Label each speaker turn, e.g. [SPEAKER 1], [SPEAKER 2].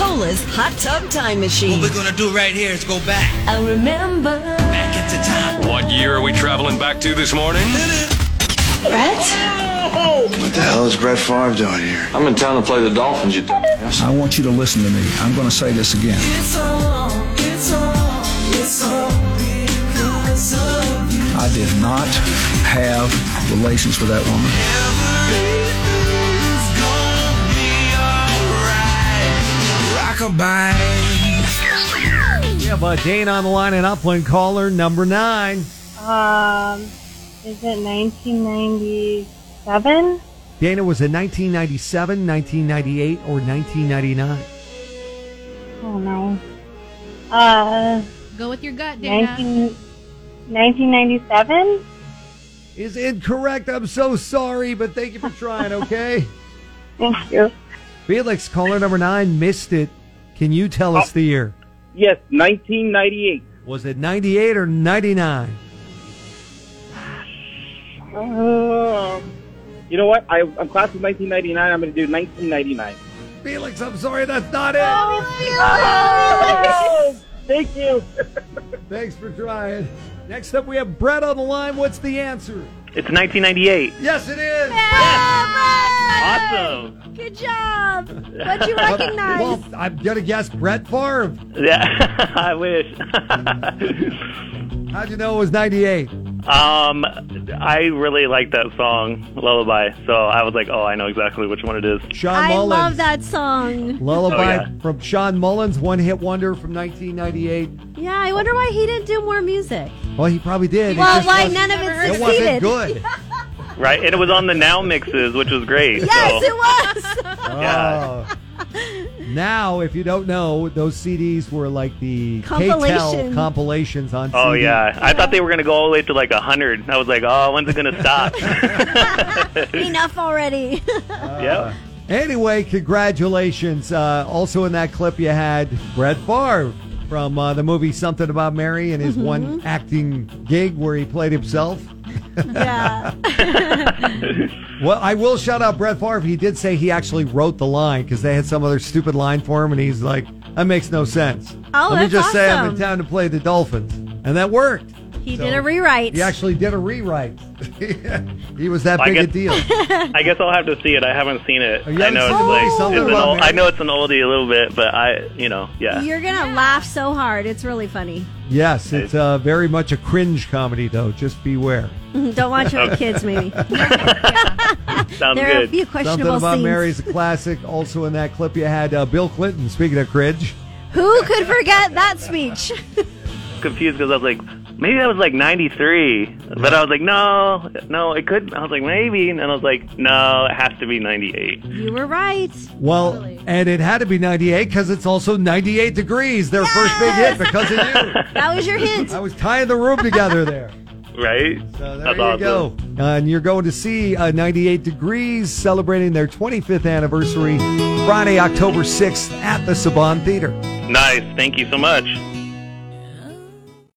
[SPEAKER 1] Lola's Hot Tub Time Machine.
[SPEAKER 2] What we're gonna do right here is go back.
[SPEAKER 1] I remember.
[SPEAKER 2] Back into time.
[SPEAKER 3] What year are we traveling back to this morning?
[SPEAKER 1] Brett?
[SPEAKER 4] What the hell is Brett Favre doing here?
[SPEAKER 5] I'm in town to play the Dolphins, you dumbass.
[SPEAKER 6] I want you to listen to me. I'm going to say this again. I did not have relations with that woman.
[SPEAKER 7] We have uh, Dane on the line and Upland caller number nine.
[SPEAKER 8] Um, is it 1997?
[SPEAKER 7] Dana was in 1997, 1998, or 1999.
[SPEAKER 8] Oh no. Uh,
[SPEAKER 9] Go with your gut, Dana.
[SPEAKER 8] 19, 1997?
[SPEAKER 7] Is incorrect. I'm so sorry, but thank you for trying, okay?
[SPEAKER 8] Thank you.
[SPEAKER 7] Felix, caller number nine, missed it. Can you tell us the year?
[SPEAKER 10] Yes, 1998.
[SPEAKER 7] Was it 98 or 99?
[SPEAKER 10] Um, you know what? I, I'm class of 1999. I'm going to do 1999.
[SPEAKER 7] Felix, I'm sorry, that's not it.
[SPEAKER 10] Thank you.
[SPEAKER 7] Thanks for trying. Next up, we have Brett on the line. What's the answer?
[SPEAKER 11] It's 1998.
[SPEAKER 7] Yes, it is.
[SPEAKER 11] Awesome.
[SPEAKER 9] Good job. But you recognize.
[SPEAKER 7] uh, Well, I'm going to guess Brett Favre.
[SPEAKER 11] Yeah, I wish.
[SPEAKER 7] How'd you know it was 98?
[SPEAKER 11] um, I really like that song, Lullaby. So I was like, oh, I know exactly which one it is.
[SPEAKER 7] Sean
[SPEAKER 9] I
[SPEAKER 7] Mullins.
[SPEAKER 9] love that song.
[SPEAKER 7] Lullaby
[SPEAKER 11] Oh, yeah.
[SPEAKER 7] from Sean Mullins, one hit wonder from 1998.
[SPEAKER 9] Yeah, I wonder why he didn't do more music.
[SPEAKER 7] Well, he probably did. It
[SPEAKER 9] Well,
[SPEAKER 7] just
[SPEAKER 9] why
[SPEAKER 7] wasn't-
[SPEAKER 9] none of it
[SPEAKER 7] It wasn't
[SPEAKER 9] succeeded.
[SPEAKER 7] good.
[SPEAKER 11] Right? And it was on the Now mixes, which was great.
[SPEAKER 9] Yes,
[SPEAKER 11] so,
[SPEAKER 9] it was.
[SPEAKER 11] Yeah.
[SPEAKER 7] Oh. Now, if you don't know, those CDs were like the
[SPEAKER 9] Compilation.
[SPEAKER 7] KTEL compilations on CD.
[SPEAKER 11] Oh, yeah. I thought they were going to go all the way to like 100. I was like, oh, when's it going to stop?
[SPEAKER 9] Enough already.
[SPEAKER 7] Uh.
[SPEAKER 11] yeah.
[SPEAKER 7] Anyway, congratulations. Uh, also in that clip, you had Brett Favre from uh, the movie Something About Mary and his one
[SPEAKER 9] Mm-hmm.
[SPEAKER 7] acting gig where he played himself.
[SPEAKER 9] yeah.
[SPEAKER 7] Well, I will shout out Brett Favre. He did say he actually wrote the line because they had some other stupid line for him, and he's like, "That makes no sense."
[SPEAKER 9] Oh,
[SPEAKER 7] Let me
[SPEAKER 9] that's
[SPEAKER 7] just say I'm in
[SPEAKER 9] awesome.
[SPEAKER 7] town to play the Dolphins, and that worked.
[SPEAKER 9] He
[SPEAKER 7] So-
[SPEAKER 9] did a rewrite.
[SPEAKER 7] He actually did a rewrite. he was that
[SPEAKER 11] I
[SPEAKER 7] big a
[SPEAKER 11] get-
[SPEAKER 7] deal.
[SPEAKER 11] I guess I'll have to see it. I haven't seen it.
[SPEAKER 7] Oh, you
[SPEAKER 11] I
[SPEAKER 7] haven't
[SPEAKER 11] know
[SPEAKER 7] seen it?
[SPEAKER 11] it's like
[SPEAKER 7] Something
[SPEAKER 11] it's an
[SPEAKER 7] about
[SPEAKER 11] old,
[SPEAKER 7] Mary.
[SPEAKER 11] I know it's an oldie a little bit, but I, you know, yeah.
[SPEAKER 9] You're going to laugh so hard. It's really funny.
[SPEAKER 7] yes, it's uh, very much a cringe comedy, though. Just beware.
[SPEAKER 9] Don't watch it with kids, maybe.
[SPEAKER 11] Sounds
[SPEAKER 9] There are a
[SPEAKER 11] good.
[SPEAKER 9] few
[SPEAKER 7] Something
[SPEAKER 9] questionable
[SPEAKER 7] about
[SPEAKER 9] scenes.
[SPEAKER 7] Mary's a classic. Also in that clip, you had uh, Bill Clinton. Speaking of cringe,
[SPEAKER 9] Who could forget that speech?
[SPEAKER 11] confused because I was like, maybe that was like '93, but I was like, no, no, it could. I was like, maybe, and then I was like, no, it has to be '98.
[SPEAKER 9] you were right.
[SPEAKER 7] well, and it had to be '98 because it's also '98 degrees. Their first big hit because of you.
[SPEAKER 9] That was your hint.
[SPEAKER 7] I was tying the room together there.
[SPEAKER 11] Right?
[SPEAKER 7] So there
[SPEAKER 11] That's
[SPEAKER 7] you
[SPEAKER 11] awesome.
[SPEAKER 7] go. Uh, and you're going to see uh, 98 Degrees celebrating their 25th anniversary Friday, October 6th at the Saban Theater.
[SPEAKER 11] Nice. Thank you so much.